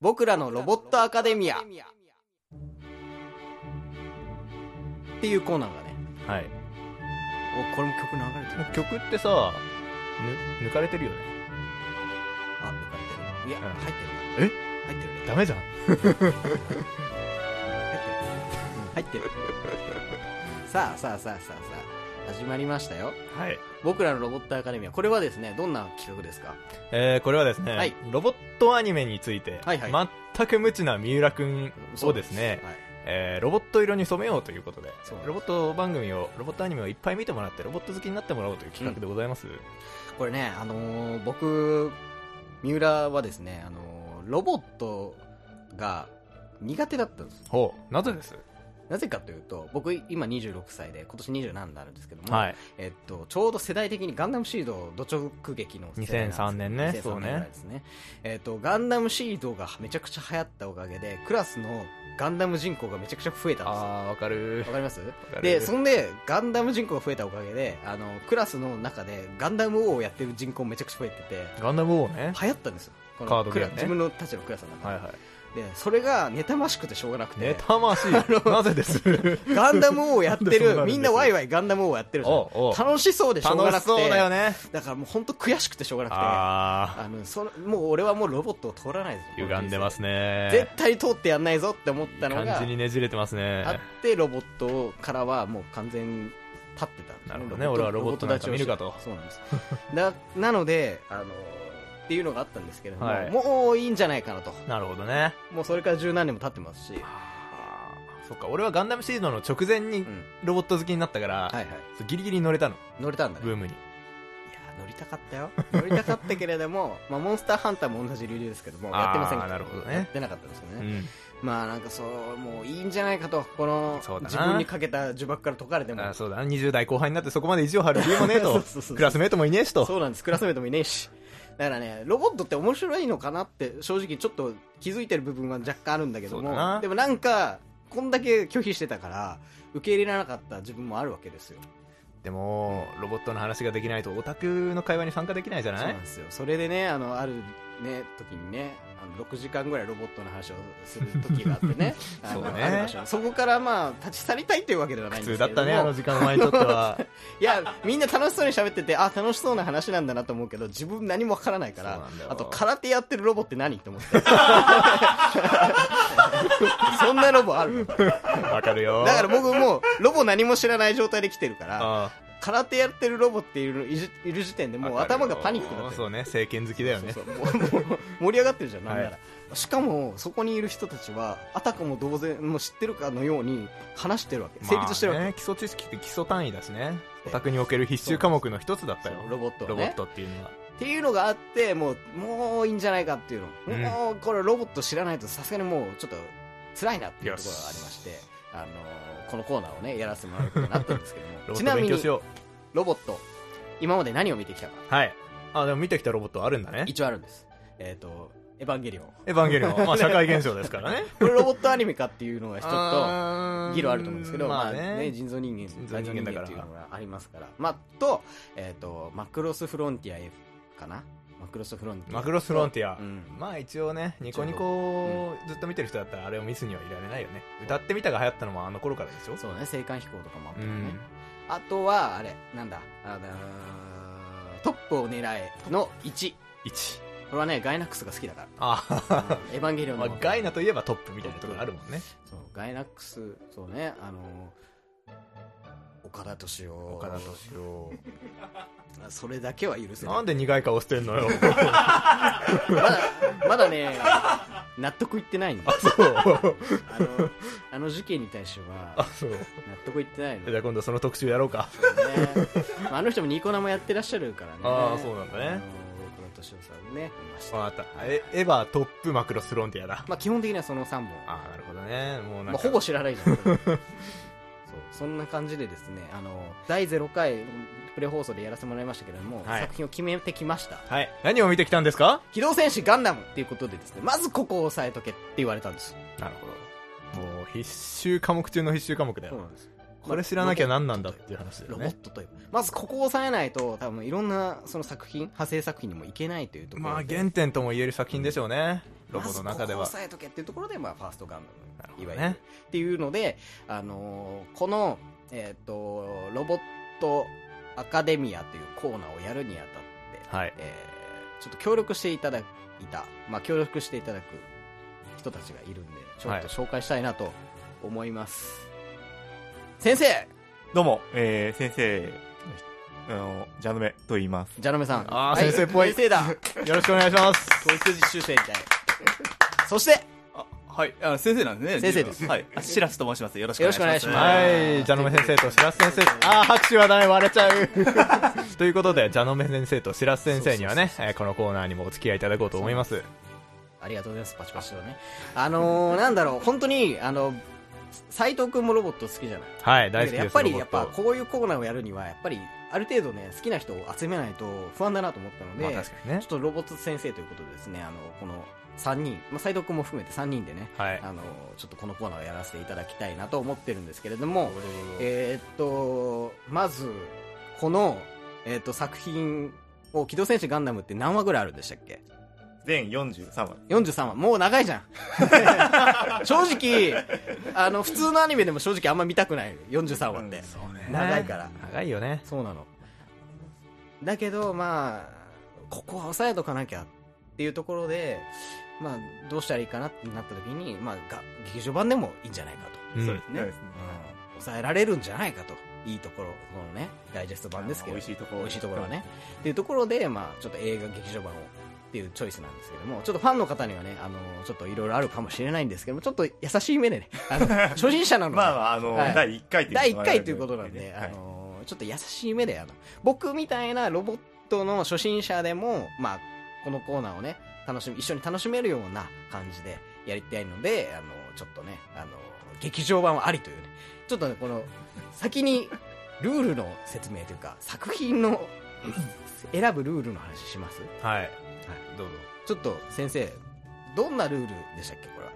僕らのロボットアカデミアっていうコーナーがねはいおこれも曲流れてるもう曲ってさぬ抜かれてるよねあ抜かれてるいや、入ってるんなえ入ってるねダメじゃん入ってる さあさあさあさあさあ始まりましたよはい僕らのロボットアカデミアこれはですねどんな企画ですかえー、これはですね、はいロボットアニメについて、はいは全く無知な三浦くんをですね、はい、えーロボット色に染めようということでそうロボット番組をロボットアニメをいっぱい見てもらってロボット好きになってもらおうという企画でございます、これねあのー僕三浦はですねあのーロボットが苦手だったんですほうなぜですなぜかというと僕今26歳で今年27になるんですけども、はいえっと、ちょうど世代的にガンダムシード土直撃の世代なんです2003年ね2003そうねぐらいですねえっと、ガンダムシードがめちゃくちゃ流行ったおかげでクラスのガンダム人口がめちゃくちゃ増えたんですよあーわかるわかりますかるでそんでガンダム人口が増えたおかげであのクラスの中でガンダム王をやってる人口めちゃくちゃ増えててガンダム王ね流行ったんですよこのカードゲームねクラ自分のたちのクラスの中はいで,、はでそれが妬ましくてしょうがなくいて、妬ましいなぜですガンダム王をやってなんでそうなるるんですみんなワイワイガンダム王をやってるじゃんおうおう楽しそうでしょうがな楽くてしそうだよねだからもう本当悔しくてしょうがなくてあああのそのもう俺はもうロボットを通らないぞ歪んでますこねの人生絶対通ってやんないぞって思ったの感がじにねじれてますねあってロボットからはもう完全に立ってたんですなるほどね俺はロボットなんか見るかとロボット立ちをしてそうなんですななのであのっていうのがあったんですけれども、はいもういいんじゃないかなとなるほどねもうそれから十何年も経ってますし、そっか俺はガンダムシードの直前にうんロボット好きになったから、はいはいそうギリギリ乗れたの乗れたんだねいやブームに乗りたかったよ 乗りたかったけれども、まあ、モンスターハンターも同じ流流ですけどもやってませんかあーらなるほどねやってなかったんですよね、うんまあなんかそうもういいんじゃないかとこのそうだな自分にかけた呪縛から解かれてもあそうだな20代後半になってそこまで意地を張る理由もね えそとうそうそうクラスメートもいねえしとそうなんですクラスメートもいねえしだからねロボットって面白いのかなって正直ちょっと気づいてる部分は若干あるんだけどそうだもなでもなんかこんだけ拒否してたから受け入れられなかった自分もあるわけですよでもロボットの話ができないとオタクの会話に参加できないじゃそうなないんですよそれでねあのあるね時にねあの6時間ぐらいロボットの話をする時があって ねあのそうねある場所そこからまあ立ち去りたいというわけではない普んで通すけだっれどもたねあの時間前にとって はいや、みんな楽しそうに喋ってて、あ、楽しそうな話なんだなと思うけど、自分何もわからないかそうらなんだ、よあと空手やってるロボって何と思 って。そんなロボあるだかわかるよら僕もう、ロボ何も知らない状態で来てるから、あ空手やってるロボっていうのいじいる時点であもうわかるよ頭がパニックになってそる。うね政権好きだよねそうそうもう もう盛り上がってるじゃん、なんなら。はしかも、そこにいる人たちは、あたかも同然、もう知ってるかのように話してるわけ。成立してるわけ。まあね基礎知識って基礎単位だしねオタクにおける必修科目の一つだったよそうロボットをねロボットっていうのはっていうのがあってもうもういいんじゃないかっていうの、うんもうこれロボット知らないとさすがにもうちょっと辛いなっていうよとしころがありましてあのーこのコーナーをねやらせてもらうことになったんですけど もロボちットなみ勉強にしよロボット今まで何を見てきたかうはいあでも見てきたロボットあるんだね一応あるんですえっ、と「エヴァンゲリオンエヴァンゲリオンまあ社会現象で すからね」これロボットアニメかっていうのが一つとょ議論あると思うんですけど、ままああねね。人造人間人造人間だか人造人間っらていうのがありますから、まあ、と,、えっとマクロスフロンティア F かなマクロスフロンティアマクロスフロンティアう。ん、まあ一応ね、ニコニコをずっと見てる人だったらあれをミスにはいられないよね。歌ってみたが流行ったのもあの頃からでしょそうね、青函飛行とかもあったうからね。ん。あとは、あれ、なんだ、あのートップを狙えの1。 1。これはね、ガイナックスが好きだから。あうんエヴァンゲリオンまの。あガイナといえばトップみたいなところあるもんね。そう、ガイナックス、そうね、あのー岡田敏夫。岡田敏夫。夫。 それだけは許せなないん。で苦い顔してん のよ。まだ、まだね、納得いってないんだ。そう。あの、あの事件に対しては、 あ、そう。納得いってないのじゃ。あ今度その特集やろうか。ね、あの人もニコ生やってらっしゃるからね。あーそうなんだねあの僕の敏夫さんね、いました。わかった。えエヴァトップマクロスフロンティアだ。まあ基本的にはその3本。ああ、なるほどね。もまうなんあか。ほぼ知らないじ ゃん。そう、そんな感じでですね、あの、第0回プレ放送でやらせてもらいましたけれども、はい作品を決めてきました。はい。何を見てきたんですか機動戦士ガンダムっていうことでですね、まずここを押さえとけって言われたんです。なるほど。もう必修科目中の必修科目だよ。なんです。これ知らなきゃ何なんだっていう話だよロボッね。トという。まずここを押さえないと、多分いろんなその作品、派生作品にもいけないというところで。まあ原点とも言える作品でしょうね。ロボの中ではまずここを抑えとけっていうところで、まあ、ファーストガンなダるほム、どいわねゆる、っていうので、あのーこの、えっとロボットアカデミアというコーナーをやるにあたって、はいえーちょっと協力していただいた、まあ、協力していただく人たちがいるんでちょっと紹介したいなと思います、先生どうも、えー、先生、あの、ジャヌメと言います。ジャノメさんあーはい先生っぽい先生だよろしくお願いします教育実習生みたいなそしてあはいあ先生なんですね先生ですはいあシラスと申しますよろしくおよ願ろいししくお願まいしすますはい、ジャノメ先生と白洲先生、あー、拍手はダメ、割れちゃう。という ことで、ジャノメ先生と白洲先生にはね、えーこのコーナーにもお付き合いいただこうと思います。ありがとうございます、パチパチとね。あのー、なんだろう、本当に、あの、斎藤くんもロボット好きじゃないはい、大好きです。やっぱり、ロボやっットぱ、こういうコーナーをやるには、やっぱり、ある程度ね、好きな人を集めないと不安だなと思ったので、まあ確かにねちょっ。とロボット先生ということでですね、あの、この3人、まあ、斎藤くんも含めて3人でね、はい。あの、ちょっとこのコーナーをやらせていただきたいなと思ってるんですけれども、えーっと、まず、この、えーっと、作品を、機動戦士ガンダムって何話ぐらいあるんでしたっけ全43話。 43話、もう長いじゃ ん。正直、あの、普通のアニメでも正直あんま見たくない。43話って。長いから。長いよね。そうなの。だけど、まあ、ここは抑えとかなきゃっていうところで、まあ、どうしたらいいかなってなった時に、まあ、が劇場版でもいいんじゃないかと。うんそうですね。うん抑えられるんじゃないかと。いいところ、このね、ダイジェスト版ですけど。美味しいところ。美味しいところは。ね。っていうところで、まあ、ちょっと映画劇場版をっていうチョイスなんですけども、ちょっとファンの方にはね、あの、ちょっといろいろあるかもしれないんですけども、ちょっと優しい目でね、あ の、初心者なので、まあまあ、あの、はい第1回という第1回ということなんで、はいあの、ちょっと優しい目で、あの、僕みたいなロボットの初心者でも、まあ、このコーナーをね、楽しみ、一緒に楽しめるような感じでやりたいので、あの、ちょっとね、あの、劇場版はありというね、ちょっとね、この、先に、ルールの説明というか、作品の、選ぶルールの話しますはい。どうぞ。ちょっと先生、どんなルールでしたっけ、これは。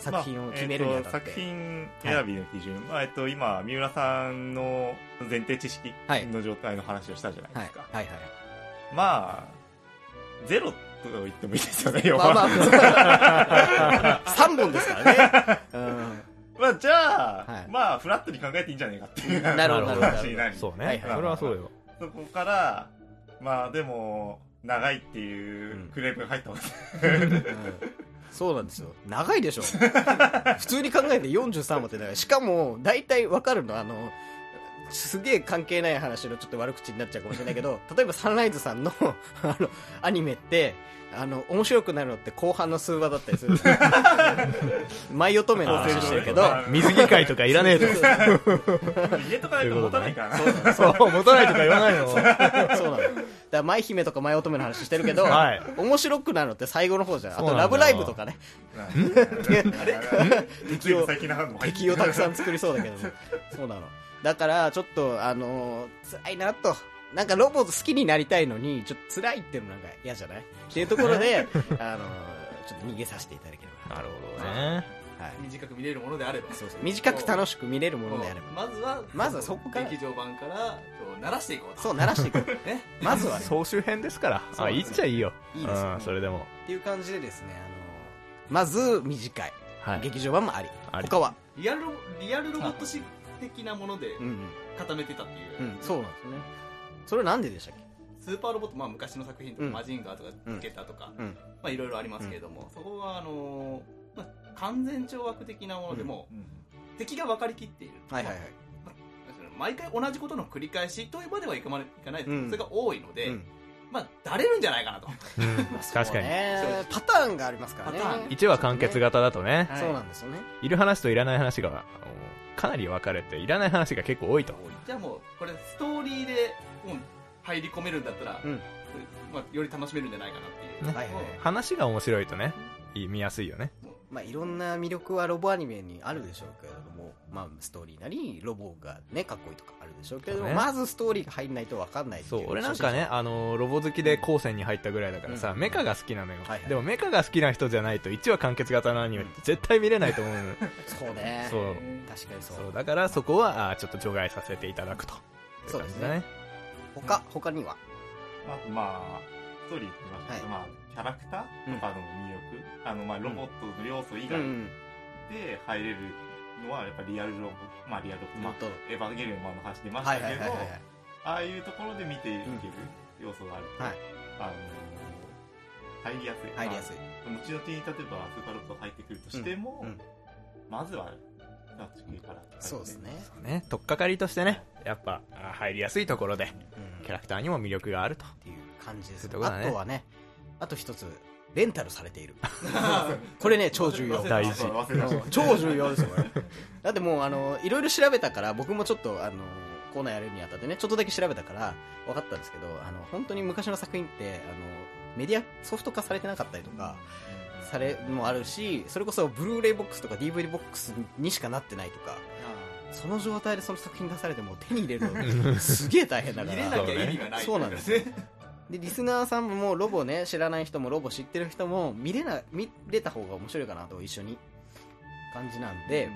作品を決めるにあたっまあえて。ーと作品選びの基準、まあえっと今三浦さんの前提知識はいの状態の話をしたじゃないではいすか、、はい、はい。まあゼロと言ってもいいですよね要 まはあままあ、あ、3本ですからね。うんじゃあ、はいまあフラットに考えていいんじゃないかっていうなるほど、なるほど。話になりそうはいね。はいそれはそうよ。そこからまあでも長いっていうクレームが入ったわけ、うんそうなんですよ。長いでしょ。普通に考えて43話って長い。しかも、大体わかるの、あの、すげえ関係ない話のちょっと悪口になっちゃうかもしれないけど、例えばサンライズさんの、あの、アニメって、あの、面白くなるのって後半の数話だったりす る。舞乙女の話してるけど、あー水着会とかいらねえとそう。そうそう入れとかないと持たないからな、そう、持たないとか言わないの。そうなの。だから、舞姫とか舞乙女の話してるけど、はい面白くなるのって最後の方じゃん。あそうなと、んだラよブライブとかね。 あれ敵を最近の話も入ってき敵をたくさん作りそうだけどもそうなのだからちょっとあのー辛いなとなんかロボット好きになりたいのにちょっと辛いっていうのなんか嫌じゃないっていうところで あのーちょっと逃げさせていただければなるほどね。ど、はい、短く見れるものであればそうそう短く楽しく見れるものであればまずはまずはそこから劇場版からこう鳴らしていこうとそう鳴らしてい くねまずはね総集編ですから。そうあ、いいっちゃいいよ。いいですようんそれでも。っていう感じでですねあのーまず短い、はい。劇場版もありあり他はリアルロリアルロボット式的なものでうんうん、固めてたっていうう、ん、そうなんですよねそれなんででしたっけスーパーロボット、まあ、昔の作品とか、うんマジンガーとかうんゲタとか、うんまあ、いろいろありますけれども、そこはあのーまあ、完全懲悪的なものでも、敵が分かりきっている、はいはいはい毎回同じことの繰り返しというまではいかまいかないです、うんそれが多いので、うんまあ、だれるんじゃないかなとうん確かに。ねパターンがありますからねパターン1話完結型だとね、はいそうなんですよねいる話といらない話が、あのかなり分かれて、いらない話が結構多いと。じゃあもうこれストーリーでもう入り込めるんだったら、うんまあ、より楽しめるんじゃないかなっていう、ねもうはいはいはい話が面白いとね、い見やすいよね。まあ、いろんな魅力はロボアニメにあるでしょうけれども、まあ、ストーリーなりロボがねかっこいいとかあるでしょうけれども、そうねまずストーリーが入んないと分かんないってそ、いう俺なんかね、あの、ロボ好きで高専に入ったぐらいだからさ、うんメカが好きなのよ、はいはいでもメカが好きな人じゃないと、1話完結型のアニメって絶対見れないと思うのよ。 そうねそう。確かにそうそう、だからそこは、あーちょっと除外させていただくと。そうですねいう感じだね。他他にはあとまあ、ストーリーって言いましたけど、はまあ、キャラクターとかの魅力、あの、まあ、ロボットの要素以う外ん。で入れるのは、やっぱリアルロボット、まあ、リアルロボット、まもあっ、と。エヴァンゲリオンもあの話出ましはたいけど、はいはいはいはい。ああいうところで見ていける要素があると、はいあの入りやすい。入りやすい。い。後々に例えばスーパーロボット入ってくるとしても、うんうんまずは、地球から。そうです。ね。ね、取っかかりとしてね、やっぱ、あ入りやすいところで、うんキャラクターにも魅力があると。っていう感じですそうねいうとこだあねとはね、あと一つ、レンタルされている。これね、超重要忘。れ大てま事した忘れてました超重要ですよ、これ。 だってもう、あの、いろいろ調べたから、僕もちょっと、あの、コーナーやるにあたってね、ちょっとだけ調べたから、分かったんですけど、あの、本当に昔の作品って、あの、メディア、ソフト化されてなかったりとか、され、もあるし、それこそ、ブルーレイボックスとか DVD ボックスにしかなってないとか、その状態でその作品出されても手に入れる の、すげえ大変だか入ら。れなきゃ意味がないそうなんですねで、リスナーさんもロボね、知らない人もロボ知ってる人も見れな、見れた方が面白いかなと一緒に感じなんで、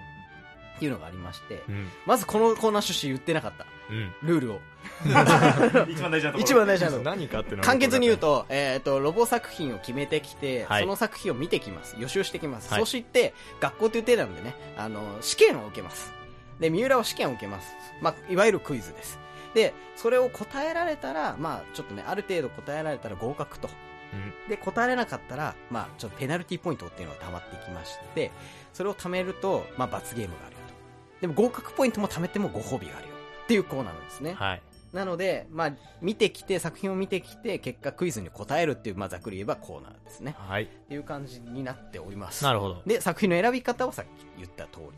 っていうのがありまして、うん。まずこのコーナー趣旨言ってなかった。うん。ルールを。 一番大事なとこ ろ。一番大事なの。何かっていうのが簡潔に言うと、えっ、と、ロボ作品を決めてきて、はいその作品を見てきます。予習してきます。はいそして、学校という手なんでね、あの、試験を受けます。で、三浦は試験を受けます。まあ、いわゆるクイズです。で、それを答えられたら、まあ、ちょっとね、ある程度答えられたら合格と。うんで、答えれなかったら、まあ、ちょっとペナルティポイントっていうのが溜まっていきまして、それを貯めると、まあ、罰ゲームがあるよと。でも合格ポイントも貯めてもご褒美があるよ。っていうコーナーなんですね。はい。なので、まあ、見てきて、作品を見てきて、結果クイズに答えるっていう、まあ、ざっくり言えばコーナーですね。はい。っていう感じになっております。なるほど。で、作品の選び方をさっき言った通り。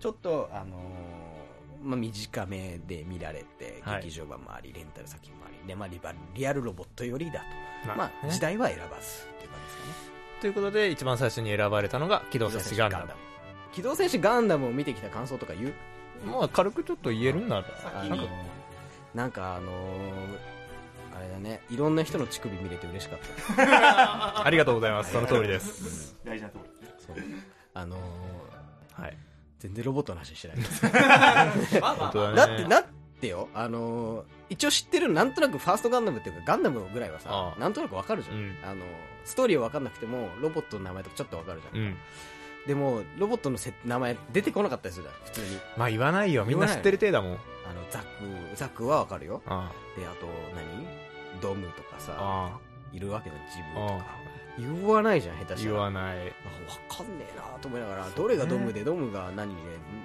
ちょっと、あのーまあ、短めで見られて、はい劇場版もあり、レンタル先もあり、で、まあリバ、リアルロボットよりだと。まあ、ね時代は選ばず、っていう感じですかね。ということで、一番最初に選ばれたのが、機動機動戦戦士士ガガンンダダム。機動戦士ガンダムを見てきた感想とか言うム。まあ、軽くちょっと言える んなら、あのなんーか、なんかあのーあれだね、いろんな人の乳首見れて嬉しかった。ありがとうございます。その通りです。大事なところ。そう。あのーはい。全然ロボットの話してない。まあま本あ当まあだだっね。て、だってよ、あのー一応知ってる、なんとなくファーストガンダムっていうか、ガンダムぐらいはさあ、あなんとなくわかるじゃん。うんあのーストーリーはわかんなくても、ロボットの名前とかちょっとわかるじゃん。うん。でも、ロボットのせ名前出てこなかったりするじゃん、普通に。まあ言わないよ。みんな知ってる程度だもん。あの、ザック、ザックはわかるよ。あで、あと何、ドムとかあ。さ、あいるわけじゃん、自あ。分とあか。言わないじゃん、下あ。手した言ら。わない。あわかんねえなと思いながら、どれがドムで、ドムが何で、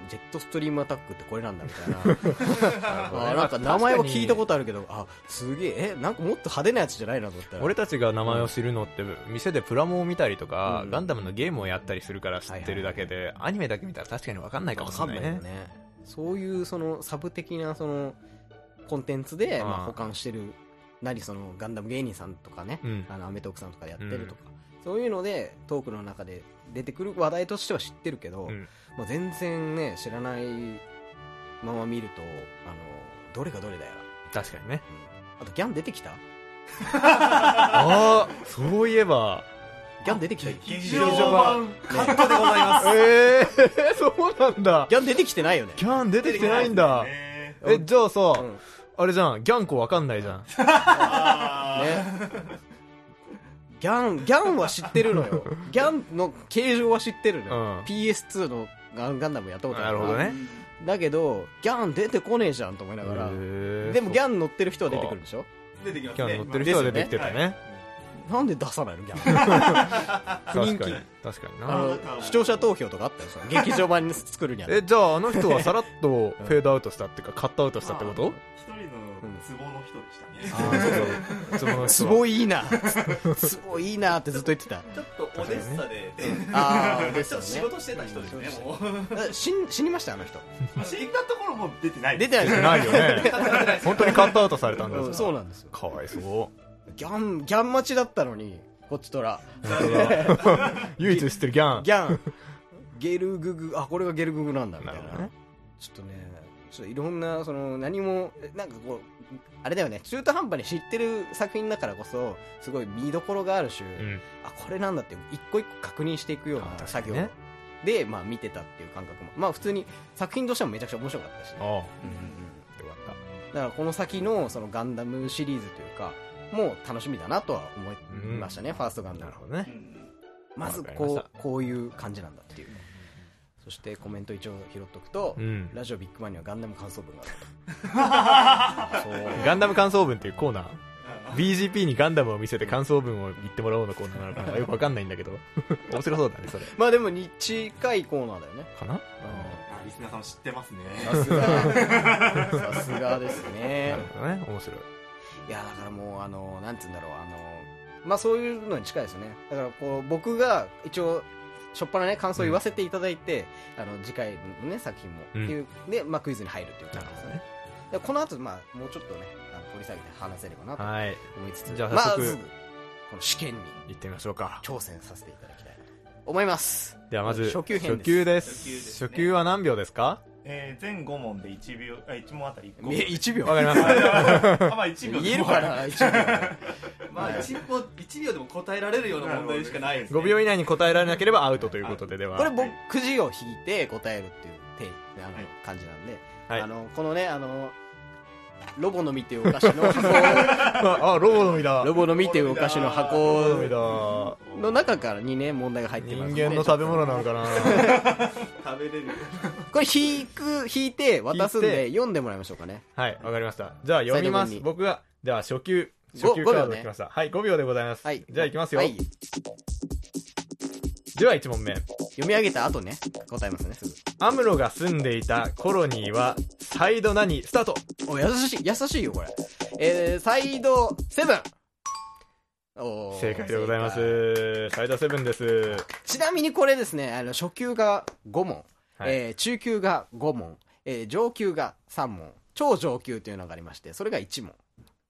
ジェットストリームアタックってこれなんだみたいな。 あなんか名前は聞いたことあるけど、あ、すげえ、え、なんかもっと派手なやつじゃないなと思ったら。俺たちが名前を知るのって、店でプラモを見たりとか、うんガンダムのゲームをやったりするから知ってるだけで、アニメだけ見たら確かに分かんないかもわしかれんなないいねよね。そういう、その、サブ的な、その、コンテンツで、あーまあ、保管してる、なり、その、ガンダム芸人さんとかね、うんあの、アメトークさんとかやってるとか、そういうので、トークの中で出てくる話題としては知ってるけど、うんもう全然ね、知らないまま見ると、あの、どれがどれだよな。確かにねあと、ギャン出てきたああそういえばギャン出てきたギ劇場版カットでございまええー、 そうなんだギャン出てきてないよね。ギャン出てきてないんだ、ねてないえじゃあさ、うんあれじゃんギャンコ分かんないじゃんあーね。ギャン、ギャンは知ってるの よ。ギャンの形状は知ってるのよ。うん PS2 のガンガンダムやったことあなるるからほどねだけど、ギャン出てこねえじゃんと思いながら。でもギンャン乗ってる人は出てくるでしょ出てきまギすャンね乗ってる人は出てきてたねなんで出さないのギャン。確人か気に確かにあなの、視聴者投票とかあったでしょ劇場版に作るにあたってえじゃああの人はさらっとフェードアウトしたっていうかカットアウトしたってこと一人のツボの人でしたね。あーそうそうその人はすごいいいな。すごいいいなってずっと言ってた。ちょっとオデッサで、ああ、ちょっと仕事してた人ですね、もう。死ん死にましたあの人死んだところも出てない。出てないですないよね本当にカットアウトされたんだうんそうなんですよかわいそうギャンギャン待ちだったのにこっちとら 唯一知ってるギャンギャンゲルググあこれがゲルググなんだみたいななるほどねちょっとねちょっといろんなその何もなんかこうあれだよね中途半端に知ってる作品だからこそすごい見どころがあるし、うんあこれなんだって一個一個確認していくようあな確か作に業、ねで、まあ、見てたっていう感覚もまあ普通に作品としてもめちゃくちゃ面白かったし、ああうんようんうんかっだからこの先のそのガンダムシリーズというかもう楽しみだなとは思いましたね、ファーストガンダムなるほどねう。んまずわかりまこしたうこういう感じなんだっていうそしてコメント一応拾っとくと、うんラジオビッグマンにはガンダム感想文があ ると そうガンダム感想文っていうコーナー BGP にガンダムを見せて感想文を言ってもらおうのコーナーなのかなよくわかんないんだけど面白そうだねそれまあでもに近いコーナーだよねかなあリスナーさん知ってますねさすがさすがですね なるほどね面白いいやだからもうあのなんて言うんだろうあのまあそういうのに近いですよねだからこう僕が一応しょっぱなね感想を言わせていただいて、あの次回のね作品も、うんっていうで、まあ、クイズに入るっていう感じなるですほねどねでこの後、まあもうちょっとねあの掘り下げて話せればなとはい思いつつじゃあま早速ずこの試験に行ってみましょうか挑戦させていただきたいなと思いますではまず初級編です初級で初級ですすね初級は何秒ですかえー、全5問で1秒、あ、1問あたり1個。 1秒 わかりましあたあまあ1秒言えるかな1秒まあ1秒1秒でも答えられるような問題しかないですね5秒以内に答えられなければアウトということでではこれ僕くじを引いて答えるっていう手あのはい感じなんで、はいあのこのねあのロボの実っていうお菓子 の ああロボの実だロボの実っていうお菓子の箱ロボの実だの中からにね問題が入って人ますんで間の食べ物なのかな食べれるこれ引く引いて渡すん引で読んでもらいましょうかねはいわかりましたじゃあ読みま斉藤君すに僕がでは初級ご初級カごー秒ドねきましたはい5秒でございますはいじゃあいきますよはいでは1問目読み上げた後ね答えますねすぐアムロが住んでいたコロニーはサイド何スタートお優しい優しいよこれえー、サイドセブンおー正解でございま正解すサイドセブンですちなみにこれですね、あの、初級が5問、はいえー中級が5問、えー上級が3問、超上級というのがありまして、それが1問っ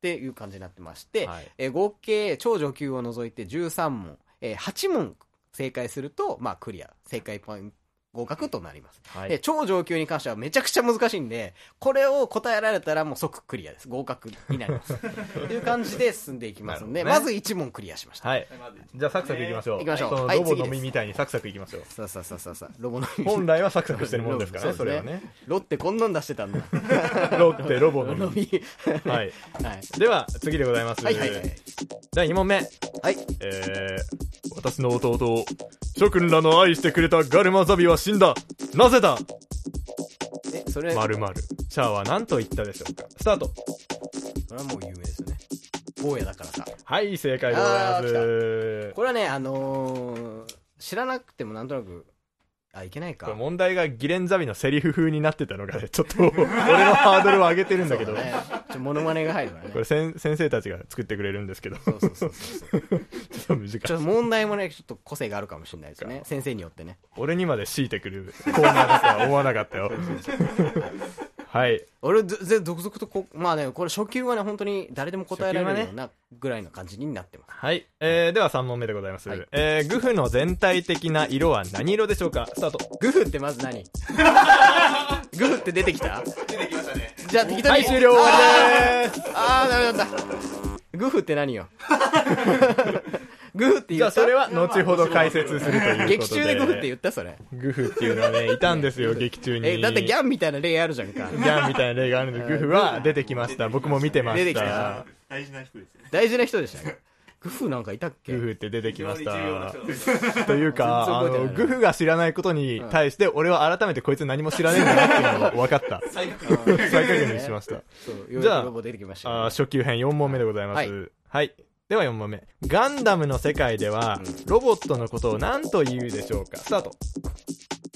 ていう感じになってまして、はいえー合計超上級を除いて13問、えー8問正解すると、まあ、クリア、正解ポイント、合格となります。はでい超上級に関してはめちゃくちゃ難しいんで、これを答えられたらもう即クリアです。合格になり ます。という感じで進んでいきますんで、なるまほどねず1問クリアしました。はいまずじゃあサクサクいきましょう行きましょうそのはいロボ次のです実みたいにサクサクいきましょうさあさあさあさあさあ、ロ ボの本来はサクサクしてるもんですから ねそそうでれすはねねロッテこんなん出してたんだ。ロッテロボの飲実み。ははい。いはい。では次でございますはいはいはい。第2問目はい。えー、私の弟を諸君らの愛してくれたガルマザビは死んだなぜだえ、それ、まるまるシャアは何と言ったでしょうかスタートそれはもう有名ですよね。坊やだからさ。はい正解でございますこれはね、あのー、知らなくてもなんとなく、あ、いけないか。これ問題がギレンザビのセリフ風になってたのがね ちょっと俺のハードルを上げてるんだけど、そうね。ちょ、モノマネが入るからねこ。れ先先生たちが作ってくれるんですけど ちそうそうそうそう。ょっと難しいちょっと問題もね、ちょっと個性があるかもしれないですね。先生によってね。俺にまで強いてくるコーナーだとは思わなかったよはい俺、ぜ、ぜ、続々とこ、まあね、これ初級はね、本当に誰でも答えられるようなぐらいの感じになってます。はい、えー、では3問目でございます、はいえー、グフの全体的な色は何色でしょうかスタートグフってまず 何グフって出てきた出てきましたねじゃあ適当に。はい終了終わりでーすあーあー、ダメだった。グフって何よ。グフってじ言ゃっあたそれは後ほど解説するということで劇中でグフって言ったそれ。グフっていうのはねいたん ですよ劇中にえ、だってギャンみたいな例あるじゃんか。ギャンみたいな例があるんで、グフは出てきました。僕も見てました。出てきた。大事な人ですよね大事な人でしたね。グフなんかいたっけグフって出てきまし非常に重要なた人。ですというか、あ全然覚えてないの、グフが知らないことに対して、俺は改めてこいつ何も知らねえんだなっていうのが分かった。最悪再確認しました。そう、ようじやゃくあロボ出てきました あーよ。初級編4問目でございまはす。はい。では4問目。ガンダムの世界では、ロボットのことを何と言うでしょうかスタート。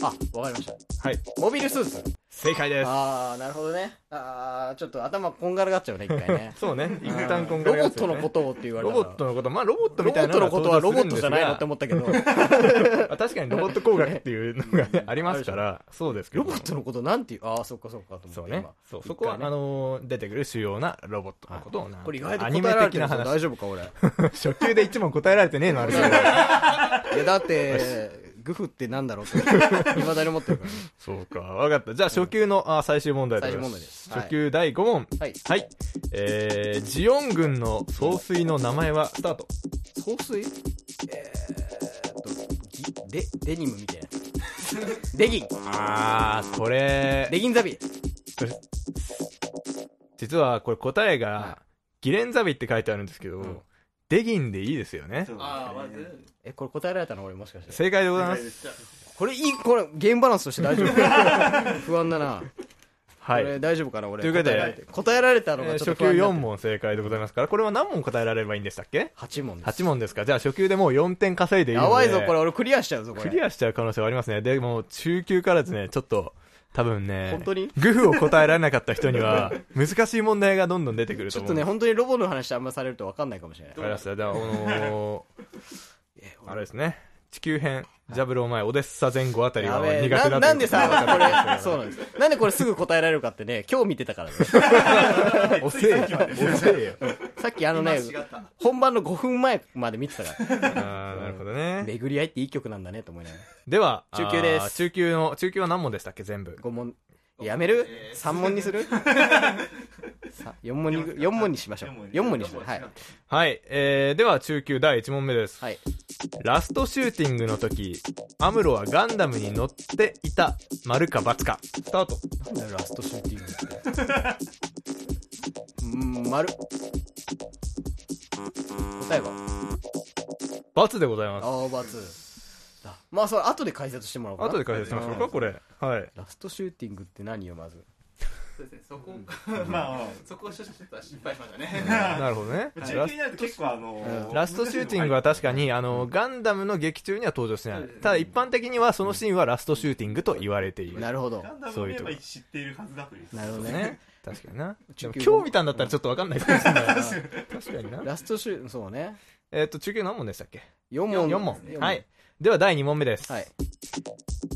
あ、わかりました。はい。モビルスーツ。正解です。。ああ、なるほどね。ああ、ちょっと頭こんがらがっちゃうね、一回ねそう ね。一うん旦今ロ回ボットのことをって言われロたボら。ットのこと、まあロボッロトボみたいッなトののがことはロ登ボ場ットじゃないのってするんですが思ったけど、 あ確かにロボット工学っていうのがねありますから、そうですけロど。ボットのことなんていう、ああ、そっかそっかと思って。そうね今。そう、そこは、一回あねのー、出てくる主要なロボットのことをな。これ意外とア答ニえメられ的てるなぞ話。大丈夫 か、俺。初級で一問答えられてねえのあるけど。いや、だって、 グフってなんだろうって、未だに思ってるからね。そうか、わかった。じゃあ初級の、あ最終問題最で終ござ問いま。題ですす。初級第5問。はい。はい。はい。えー、ジオン軍の総帥の名前は、スタート。総帥えーっと、ぎデ、デニムみたいなやつ。 デギン。あー、これデ、ギンザビエ。実はこれ答えが、ギレンザビって書いてあるんですけど、うんデギンでいいですよねそうああまですねずえ、これ答えられたの俺もしかして。正解でございますじゃあこれいい、これ、ゲームバランスとして大 丈夫不安だな。はい、これ大丈夫かな俺。ということ答でえられて答えられたえのーがちょ初っと級不安4になって問正解でございますからこれは何問答えられればいいんでしたっけ8問です。 8問ですかじゃあ初級でもう4点稼いでいいのでやばいぞ、これ。俺クリアしちゃうぞ、これ。クリアしちゃう可能性はありますねでもう中級からですねちょっと多分ね本当にグフを答えられなかった人には難しい問題がどんどん出てくるちとょっ思うとね、本当にロボの話あんまされると分かんないかもしれないわ。かりましたじゃああのえーあれですね地球編ジャブロー前オデッサ前後あたりがや苦べ手えだというななんで さ、これ、そううなんです。なんでこれすぐ答えられるかってね、今日見てたからね。ことですよ 遅えよ遅えよさっきあのね、今違った本番の5分前まで見てたかあーなるほどら、 ね巡り合いっていい曲なんだねと思いながら。では中級ですあー中級の中級は何問でしたっけ全部5問、やめるえー ?3 問にす る ?4 問に、四問にしましょう四問。に4問にしましょう。はい。はい、えー、では中級第1問目です、はい。ラストシューティングの時アムロはガンダムに乗っていた丸か×かスタートなんだよ、ラストシューティン グって。うん、丸。答えは×でございます青バツだまあそれ後で解説してもらおうかな後で解説しましょううかんこれはいラストシューティングって何よまずそうですねそこまあ、そこをちょっと失敗しましたね なるほどね中級になると結構あうのラストシューティングは確かに、あの、ガンダムの劇中には登場してない。ただ一般的にはそのシーンはラストシューティングと言われている。なるほどガンダムそのういメうとンこバー知っているはずだというなるほどねね。 確かにな。で中も級今日見たんだったらちょっとわかんないかもしれないな確か にな。ラストシューそうねえっと、中級何問でしたっけ4問4問。はい。では第2問目です。はい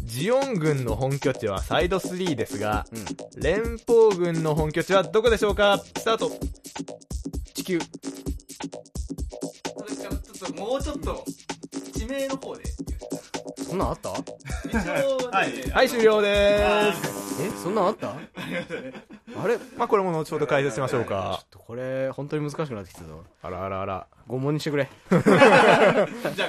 ジオン軍の本拠地はサイド3ですが、うん連邦軍の本拠地はどこでしょうかスタート地球それからちょっともうちょっと地名の方でそんなんあった一応ねはい、終了でーす。えそんなんあったあれちょまあ、これも後ほど解説しましょうかっ。とこれ本当に難しくなってきたぞあらあらあら。 5問にしてくれじゃあ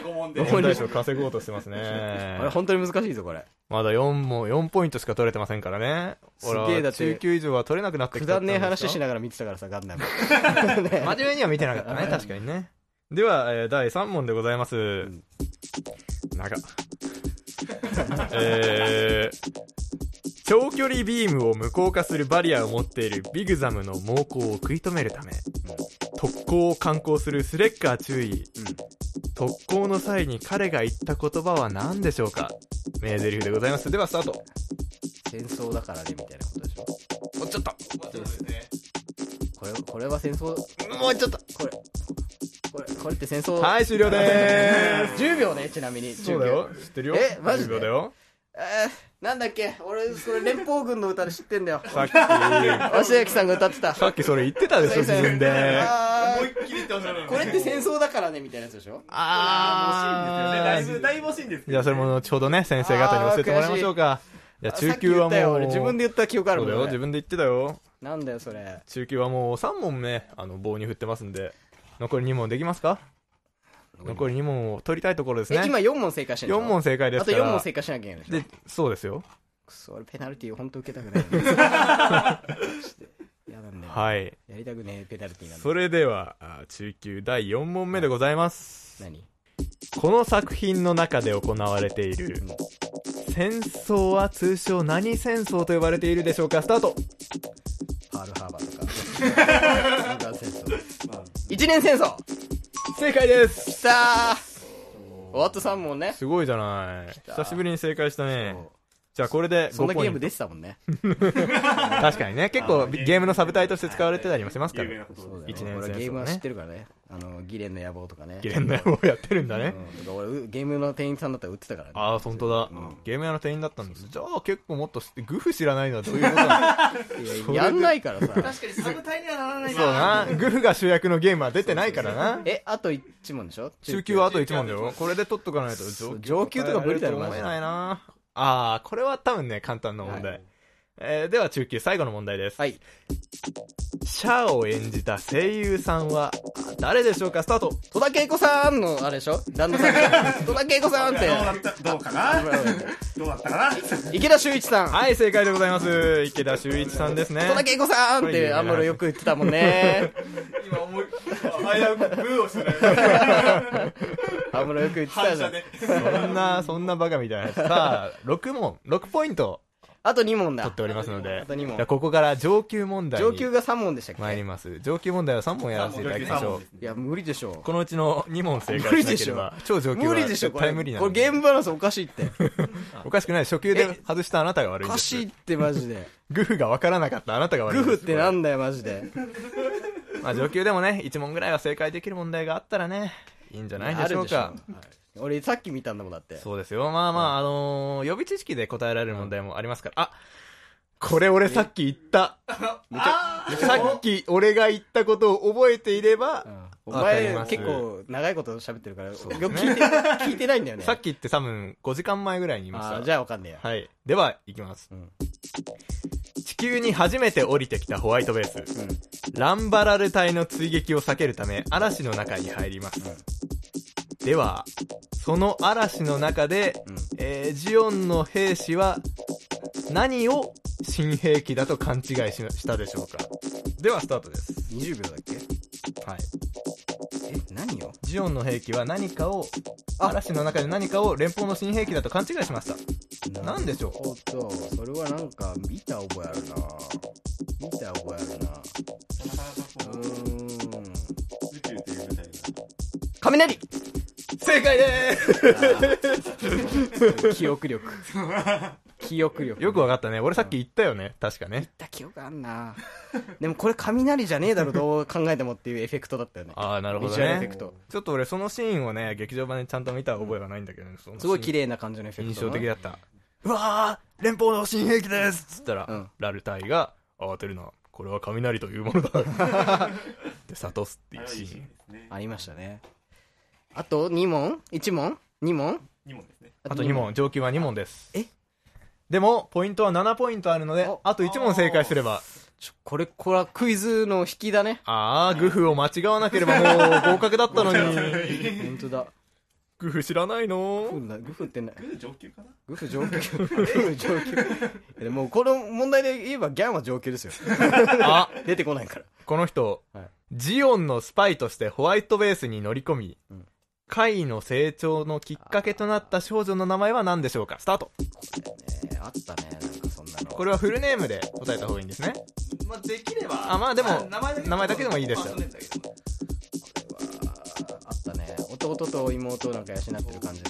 5問でどこ問に題集を稼ごうとしてますね あれ本当に難しいぞこれまだ4も4ポイントしか取れてませんからねすげえ俺はだって中級以上は取れなくなってくきちゃだったんねえ話しなながら見てたからさガンダム真面目には見てなかったね確かにねでは、えー第3問でございます、ん長 っえー長距離ビームを無効化するバリアを持っているビグザムの猛攻を食い止めるため、特攻を敢行するスレッカー注意、特攻の際に彼が言った言葉は何でしょうか名台詞でございますではスタート戦争だからねみたいなことでしょもうちょっともうちょっとですねこれこれは戦争もうちょっとこれこれこれって戦争はい終了でーす10秒ねちなみにそうだよ知ってるよえマジで10秒だよえー、なんだっけ俺それ連邦軍の歌で知ってんだよさっきさ鷲崎さんが歌ってたっきそれ言ってたでしょ鷲崎自さん分であ思ーいっきり言ってましたねこれって戦争だからねみたいなやつでしょあああ惜しいんですよねだいぶだいぶ惜しいんですけじどゃあそれも後ほどね先生方に教えてもらいましょうかじゃあ中級はさっき言ったよもう俺自分で言った記憶あるそもうんだよ自分で言ってたよなんだよそれ中級はもう3問ねあの棒に振ってますんで残り2問できますか残り2問を取りたいところですえね今4問正解してんでしょ4問正解ですあとから4問正解しなきゃいけないでしょでそうですよくそ俺ペナルティー本当受けたくないやなんだよ はいやりたくねえペナルティーなんだそれではあ中級第4問目でございます何この作品の中で行われている戦争は通称何戦争と呼ばれているでしょうかスタートパールハーバーとか なんか戦争一年戦争正解ですきたーおあと3問ねすごいじゃないた久しぶりに正解したねそうじゃあこれでそんな5ゲポイーンムト出てたもんね確かにね結構あーゲームのサブタイトルとして使われてたりもしますか有名らなこそうとでだね一年俺戦争ねゲームは知ってるからねあのギレンの野望とかねゲレンダをやってるんだねうん、だから俺ゲームの店員さんだったら売ってたからねああ本当だうんゲーム屋の店員だったんですじゃあ結構もっと知ってグフ知らないのはどう いうことなんだいやそれでやんないからさ確かにサブタイにはならないそうなグフが主役のゲームは出てないからなえあと1問でしょ中級はあと1問だよこれで取っとかないとそう上上級とか無理だろ答えられると思えないなああこれは多分ね簡単な問題、えーでは中級最後の問題です。はい。シャアを演じた声優さんは誰でしょうかスタート。戸田恵子さんの、あれでしょ旦那さんが。戸田恵子さんっ。どうだってたどうかなどうだったかな池田修一さん。はい、正解でございます。池田修一さんですね。戸田恵子さんっはいはいて、はいアムロよく言ってたもんね。今思い、危うくブーをする。アムロよく言ってた反じゃ射ん。で。そんな、そんなバカみたいな。さあ、6問、6ポイントあと2問取だっ。ておりますのあでと、2じゃあ問。ここから上級問題上級にが3問でしたっ参けります。上級問題は3問やらせていただきましょう。いや、無理でしょこのうちの2問正無理解しなでけしれょば、超上う。級無は理でしょ、絶これ。対こ無れ理ゲなのでームバランスおかしいって。おかしくない。初級でえ外したあなたが悪おいんでかす。しいってマジで。グフが分からなかったあなたが 悪いグんですフってなんだよ、マジで。まあ上級でもね、1問ぐらいは正解できる問題があったらね、いいんじゃないでしょうあかる。でしょ俺、さっき見たんだもんだって。そうですよ。まあまあ、あのー予備知識で答えられる問題もありますから。あこれ俺さっき言った。さっき俺が言ったことを覚えていれば、おわかり前ます結構長いこと喋ってるから、よく聞いて、聞いてないんだよね。さっきって多分5時間前ぐらいに言いましあた。ーじゃあわかんねえや。はい。では、いきます、うん地球に初めて降りてきたホワイトベース。ランバラル隊の追撃を避けるため、嵐の中に入ります。では、その嵐の中で、うんえージオンの兵士は、何を新兵器だと勘違いししたでしょうかでは、スタートです。 20秒だっけはい。え、何よジオンの兵器は何かを、あ嵐の中で何かを連邦の新兵器だと勘違いしました。なんでしょうおっと、それはなんか見た覚えあるな見た覚えあるななかなかうこーん。う、宇宙という舞台雷正解でーす 記憶力。記憶力。よくわかったね。俺さっき言ったよね。確かね。た記憶あんな でもこれ雷じゃねえだろ、どう考えてもっていうエフェクトだったよね。ああ、なるビジュアルエフェクト。ちょっと俺そのシーンをね、劇場版でちゃんと見た覚えはないんだけどね。すごい綺麗。麗な感じのエフェク印ト象だな。的だった。うわー連邦の新兵器ですつったら、うんラルタイが、慌てるな。これは雷というものだ。 で、悟すってだいうな。シいいーン。ですね。ありましたね。あと2問 ?1 問 ?2 問二問ですね。あと2問、上級は2問です。えでも、ポイントは7ポイントあるのでお、あと1問正解すれば、ちょこれ、これはクイズの引きだね。あー、グフを間違わなければもう合格だったの に。本当だ。グフ知らないのグフなグフってな、グー上級かなグフ上級。グフ上級。 でも、この問題で言えばギャンは上級ですよ。 あ、出てこないから。この人、はいジオンのスパイとしてホワイトベースに乗り込み、うん怪異の成長のきっかけとなった少女の名前は何でしょうかスタートねえあったね、なんかそんなの。これはフルネームで答えた方がいいんですね。まあ、できれば。あまあでも名名前前だだけでけでももいいいいでですすよよ。あったね。弟と妹をなんか養ってる感じの。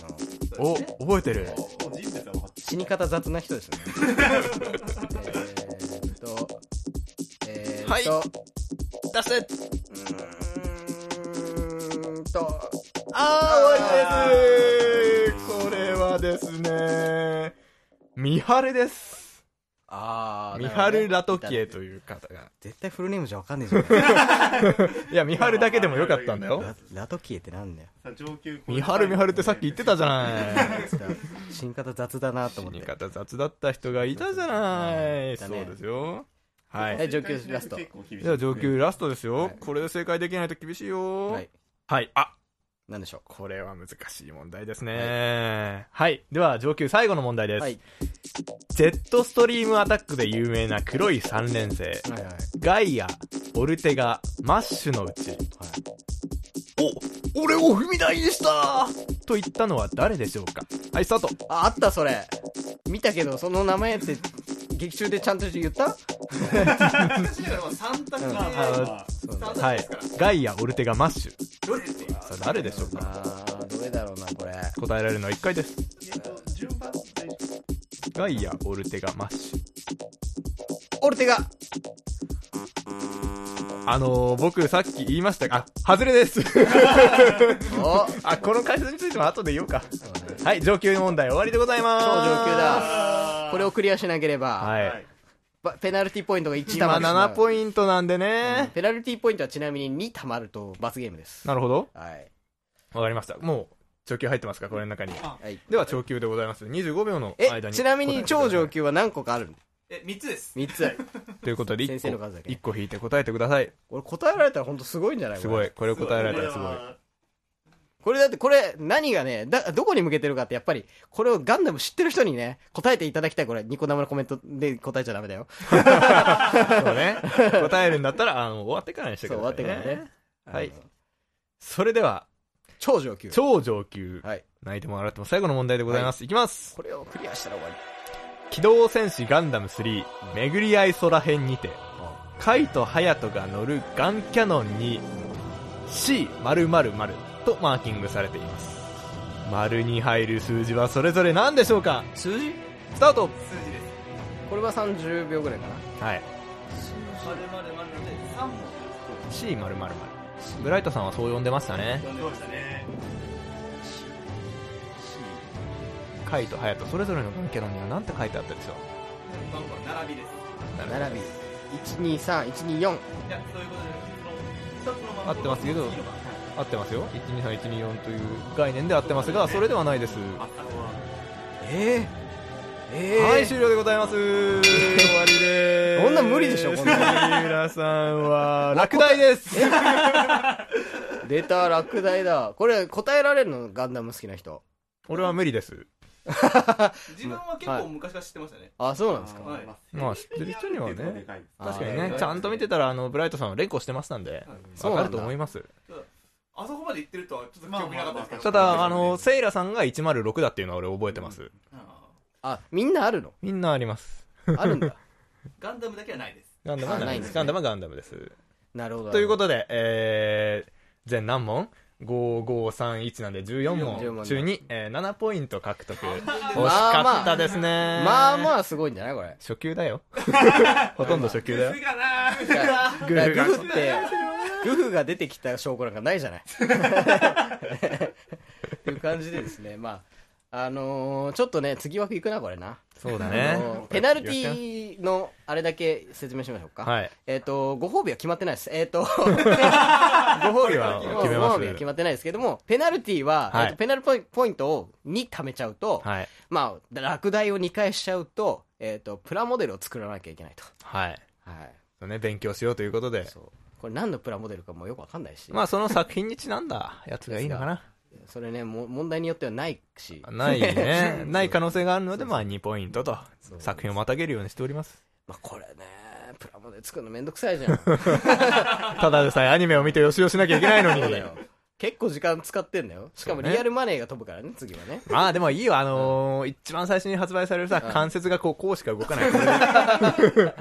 お、覚えてる。もう人物は分かって死に方雑な人 ですよね。えーっと、えーっと、は出してうーんと、あー、終わりですこれはですね、ミハルです。あーミハル・ラトキエいたという方が。絶対フルネームじゃわかんねえじゃ ん。いや、ミハルだけでもよかったんだよ。ララトキエってなんだよ。さあ上級ミハル、ミハルってさっき言ってたじゃない。死に方雑だなと思っ死にて。方雑だった人がいたじゃない。いたそうねですよ。は。はいい上級ラスト結構厳しいでは上級ラストですはよい。これで正解できないと厳しいよ。はい。はい。あ、なんでしょこれは難しい問題ですね。はい。では上級最後の問う。題ではすい。。ジェットストリームアタックで有名な黒い三連星。はいはい。ガイア、オルテガ、マッシュのうち。はいお、俺を踏み台にしたと言ったのは誰でしょうかはい、スタート。あ、あったそれ。見たけど、その名前って、劇中でちゃんと言った難しいから、まあ、三択で、うんあまあそうだ三は択いですから。。ガイア、オルテガ、マッシュ。どれっていうさあ、誰でしょうかあー、どれだろうな、これ。答えられるのは1回です。えっと順番でガイア、オルテガ、マッシュ。オルテガあのー、僕さっき言いましたが、あ、外れです。 おあ、この解説についても後で言おうか。はい、上級問題終わりでございます。超上級だ。これをクリアしなければ、はい。ばペナルティポイントが1たま今る。 7ポイントなんでね。ペナルティポイントはちなみに2たまると罰ゲームです。なるほど。はい。わかりました。もう、上級入ってますかこれの中に。はい。では、上級でございます。25秒のえ間、に。ちなみに超上級。級は何個かあるえ、3つです。 3つ。ということで、先生1の個、数だけ一。個引いて答えてください。俺答えられたら本当すごいんじゃないすごい。。これを答えられたらすこごい。はこれだってこれ何がね、だ、どこに向けてるかってやっぱり、これをガンダム知ってる人にね、答えていただきたい。これ、ニコ生のコメントで答えちゃダメだよ。そうね。答えるんだったら、あの、終わってからにしてくそう、だ終さわい、ってからね。。はいあの。それでは、超上級。超上級、はい。泣いても笑っても最後の問題でございます。いきます。これをクリアしたら終わり。機動戦士ガンダム3、巡り合い空編にて、カイとハヤトが乗るガンキャノンに C000 とマーキングされています。丸に入る数字はそれぞれ何でしょうか数字スタート数字です。これは30秒ぐらいかな。はい。まるまるまるので、3問 C000。ブライトさんはそう呼んでましたね。読んでましたね。カイとハヤト、それぞれのガンキャノンには何て書いてあったでしょう番号は並びです。並び。123、124。いや、そういうことです。その一つの番号合ってますけど次の番合号ってますよ123124という概念で合ってますがそれではないですえええはい終了でございます終わりでーすこんなん無理でしょこ三んなん浦さんは落第です出た落第だ。これ答えられるのガンダム好きな人。俺は無理です自分は結構昔から知ってましたね。あ、そうなんですか。はいままあ知ってる人にはでもでねかいあー確かにはねいちゃんと見てたらあのブライトさんは連呼してましたんではいそうわなかんだると思いますあそこまで行ってるとはちょっと記憶なかったですけど。ただあのセイラさんが106だっていうのは俺覚えてますああ、みんなあるのみんなありますあるんだ。ーガンダムだけはないです。ガンダムはあなないいんでですねすガンダムはガンダムです なるほど。ということで、えー、全何問 ?5531 なんで14 14問問中に、えー7ポイント獲得。惜しまあまあかったですね。まああ。まあすごいんじゃないこれ。初級 だよ。ほとんど初級だよグ。がなーグフグフって、グフが出てきた証拠なんかないじゃ ない。っていう感じでですね、まあ、あのーちょっとね、次枠いくな、これな。そうだあねのー。ペナルティーのあれだけ説明しましょうか。はい。えっ、と、ご褒美は決まってないです。えっ、 と、ご褒美はご決めま褒美は決す。まってないですけども、ペナルティーは、はいえっとペナルポイポイントを2貯めちゃうと、はい。まあ、落第を2回しちゃうと、えっ、と、プラモデルを作らなきゃいけないと。はい。はい。そうね、勉強しようということで。そう。これ何のプラモデルかもよくわかんないし。まあ、その作品にちなんだやつがいいのかな。それね、も問題によってはないし。 ないね。 ない可能性があるので、まあ2ポイントと、作品をまたげるようにしております。まあ、これね、プラモデル作るのめんどくさいじ ゃん。ただでさえアニメを見て予習をしなきゃいけないのに。そうだよ。結構時間使ってんだよ。しかもリアルマネーが飛ぶからね、次はね。 まあでもいいよ、あのー一番最初に発売されるさ、うん関節がこう、こうしか動かない。これで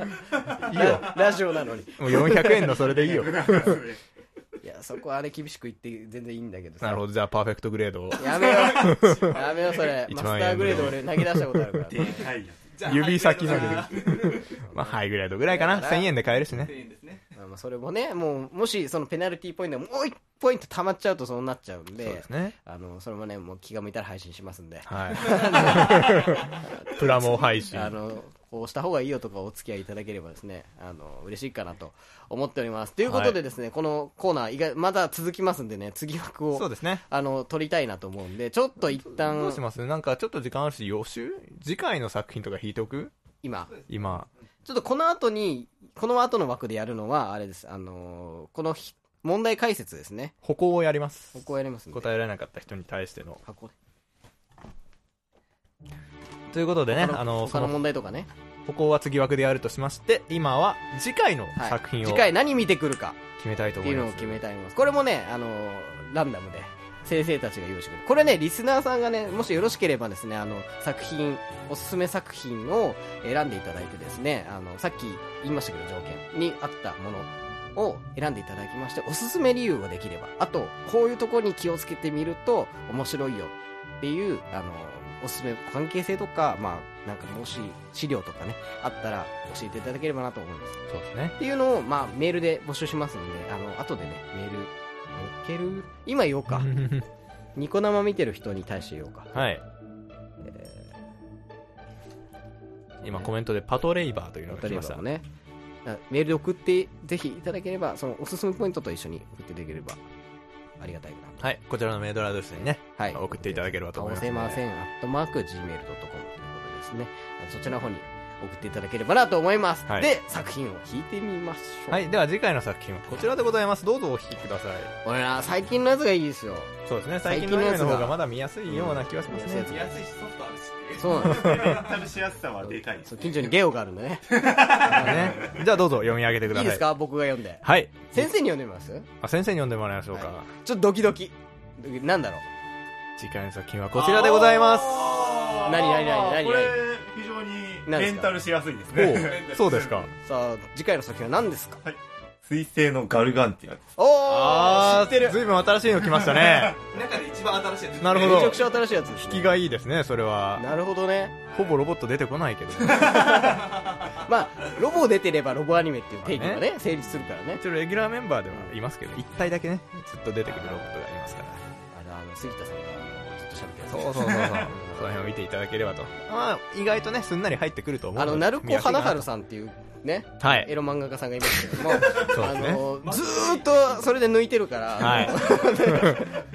いいよ。ララジオなのに。もう400円のそれでいいよ。いや、そこはあれ厳しく言って全然いいんだけどさ。 なるほど、じゃあパーフェクトグレードを。やめよ う。やめよう、それ。マ一スタ万円ーグレード俺投げ出したことあるから。でかいやじゃあ指先までハイグレードだまあハイグレードぐらいかな。1000円で買えるしなね。 1000円ですね。まあまあそれもね、もう、もしそのペナルティーポイントがもう1ポイント溜まっちゃうとそうなっちゃうんそうでです、ね。あの、それもね、もう気が向いたら配信しますんで。はい。プラモ配信。あの、こうした方がいいよとかお付き合いいただければですね、あの、嬉しいかなと思っております。ということでですね、このコーナー意外、まだ続きますんでね、次枠そうを、ですね。あの、撮りたいなと思うんで、ちょっと一どう旦し、ますなんかちょっと時間あるし、予習次回の作品とか引いておく今、今。ちょっとこの後に、この後の枠でやるのは、あれです、あの、このひ問題解説ですね。歩行をやりますこ。こやりますんで。答えられなかった人に対しての。箱ねということでね、あの、そ他のの問題とかね。歩行は次枠でやるとしまして、今は次回のはい作品を次決回何見てくるかめたいとって思いいうのまをす決。めたいと思います。これもね、あのランダムで、先生たちが用意してくれる。これね、リスナーさんがね、もしよろしければですね、あの、作品、おすすめ作品を選んでいただいてですね、あの、さっき言いましたけど、条件に合ったものを選んでいただきまして、おすすめ理由ができれば、あと、こういうところに気をつけてみると面白いよっていう、あの、おすすめ関係性とか、まあ、なんかもし資料とかね、あったら教えていただければなと思います。そうですねっ。ていうのを、まあ、メールで募集しますので、あの、後でね、メール、載っける今言おう か。ニコ生見てる人に対して言おうか。はい。今コメントでパトレイバーというのが例来えました。ばね。あメールで送って、ぜひいただければ、その、おすすめポイントと一緒に送っていただければ、ありがたいかなと。はい。こちらのメールアドレスにね、はい。送っていただければと思います倒せません、アットマーク、gmail.com ということですね。そちらの方に送っていただければなと思います。はいで、作品を弾いてみましょう。はい、では次回の作品はこちらでございます。どうぞお聴きください。俺ら、最近のやつがいいですよ。そうですね、最最近近ののアニやつがメの方がまだ見やすいような気がしますね。見やすいしソフトあるしっていうそうなん ですよ。レンタルしやすさはでかいですそう近所にゲオがあるんでね。ね じゃあどうぞ読み上 げてくいださいい。ですか僕が読んで。はい。先生に読んでみますあ先生に読んでもらいましょうか。はちょっとドキドキ。ドキなんだろう。次回の作品はこちらでございます。あー何何何何これ非常に何でレすンかタルしやすいですおねうそう で すか。さあ、次回の作品は何ですか水星のガルガンティアですおー知ってるずいぶん新しいの来まし たね。中で一番新しいやつなるほめどちゃくちゃ新しいやつです、引きがいいですね、それは。なるほどね。ほぼロボット出てこない けど。まあ、ロボ出てればロボアニメっていう定義がね、成立するからね。一応レギュラーメンバーではいますけど、一体だけね、ずっと出てくるロボットがいますから。あの、あの杉田さんがあのずっと喋ってるやつそうそうそうそう。その辺を見ていただければと。まあ、意外とね、すんなり入ってくると思う あの、鳴子花春ささんっていうね、ん。はいエ。ロ漫画家さんがいますけども、 そうあですね。の、ずーっとそれで抜いてるから、はい。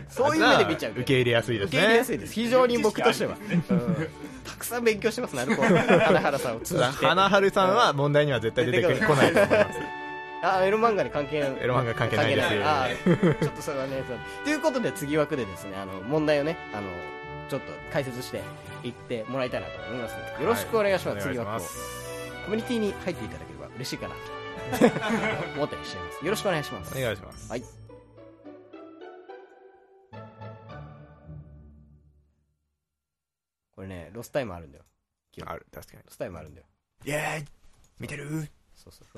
そういう目 で見ちゃうけど受け入れやすいです受ね。け入れやすいです。非常に僕としては。うんたくさん勉強してます、 鳴子花春さんを通じて。花春さんは問題には絶対出てく出てるこ来なないいと思います。あ、エロ漫画に関係ない。エロ漫画関係ないです関係あーちょっとそれはね、そうということで次枠でですね、あの、問題をね、あの、ちょっと解説していってもらいたいなと思いますので、よろしくお願いします、はい次お願枠いをし。ますコミュニティに入っていただければ嬉しいか なと思ったりしています。よろしくお願いします。お願いします。はい。これね、ロスタイムあるんだよ。ある、確かに。ロスタイムあるんだよ。イェーイ見てるそうそう。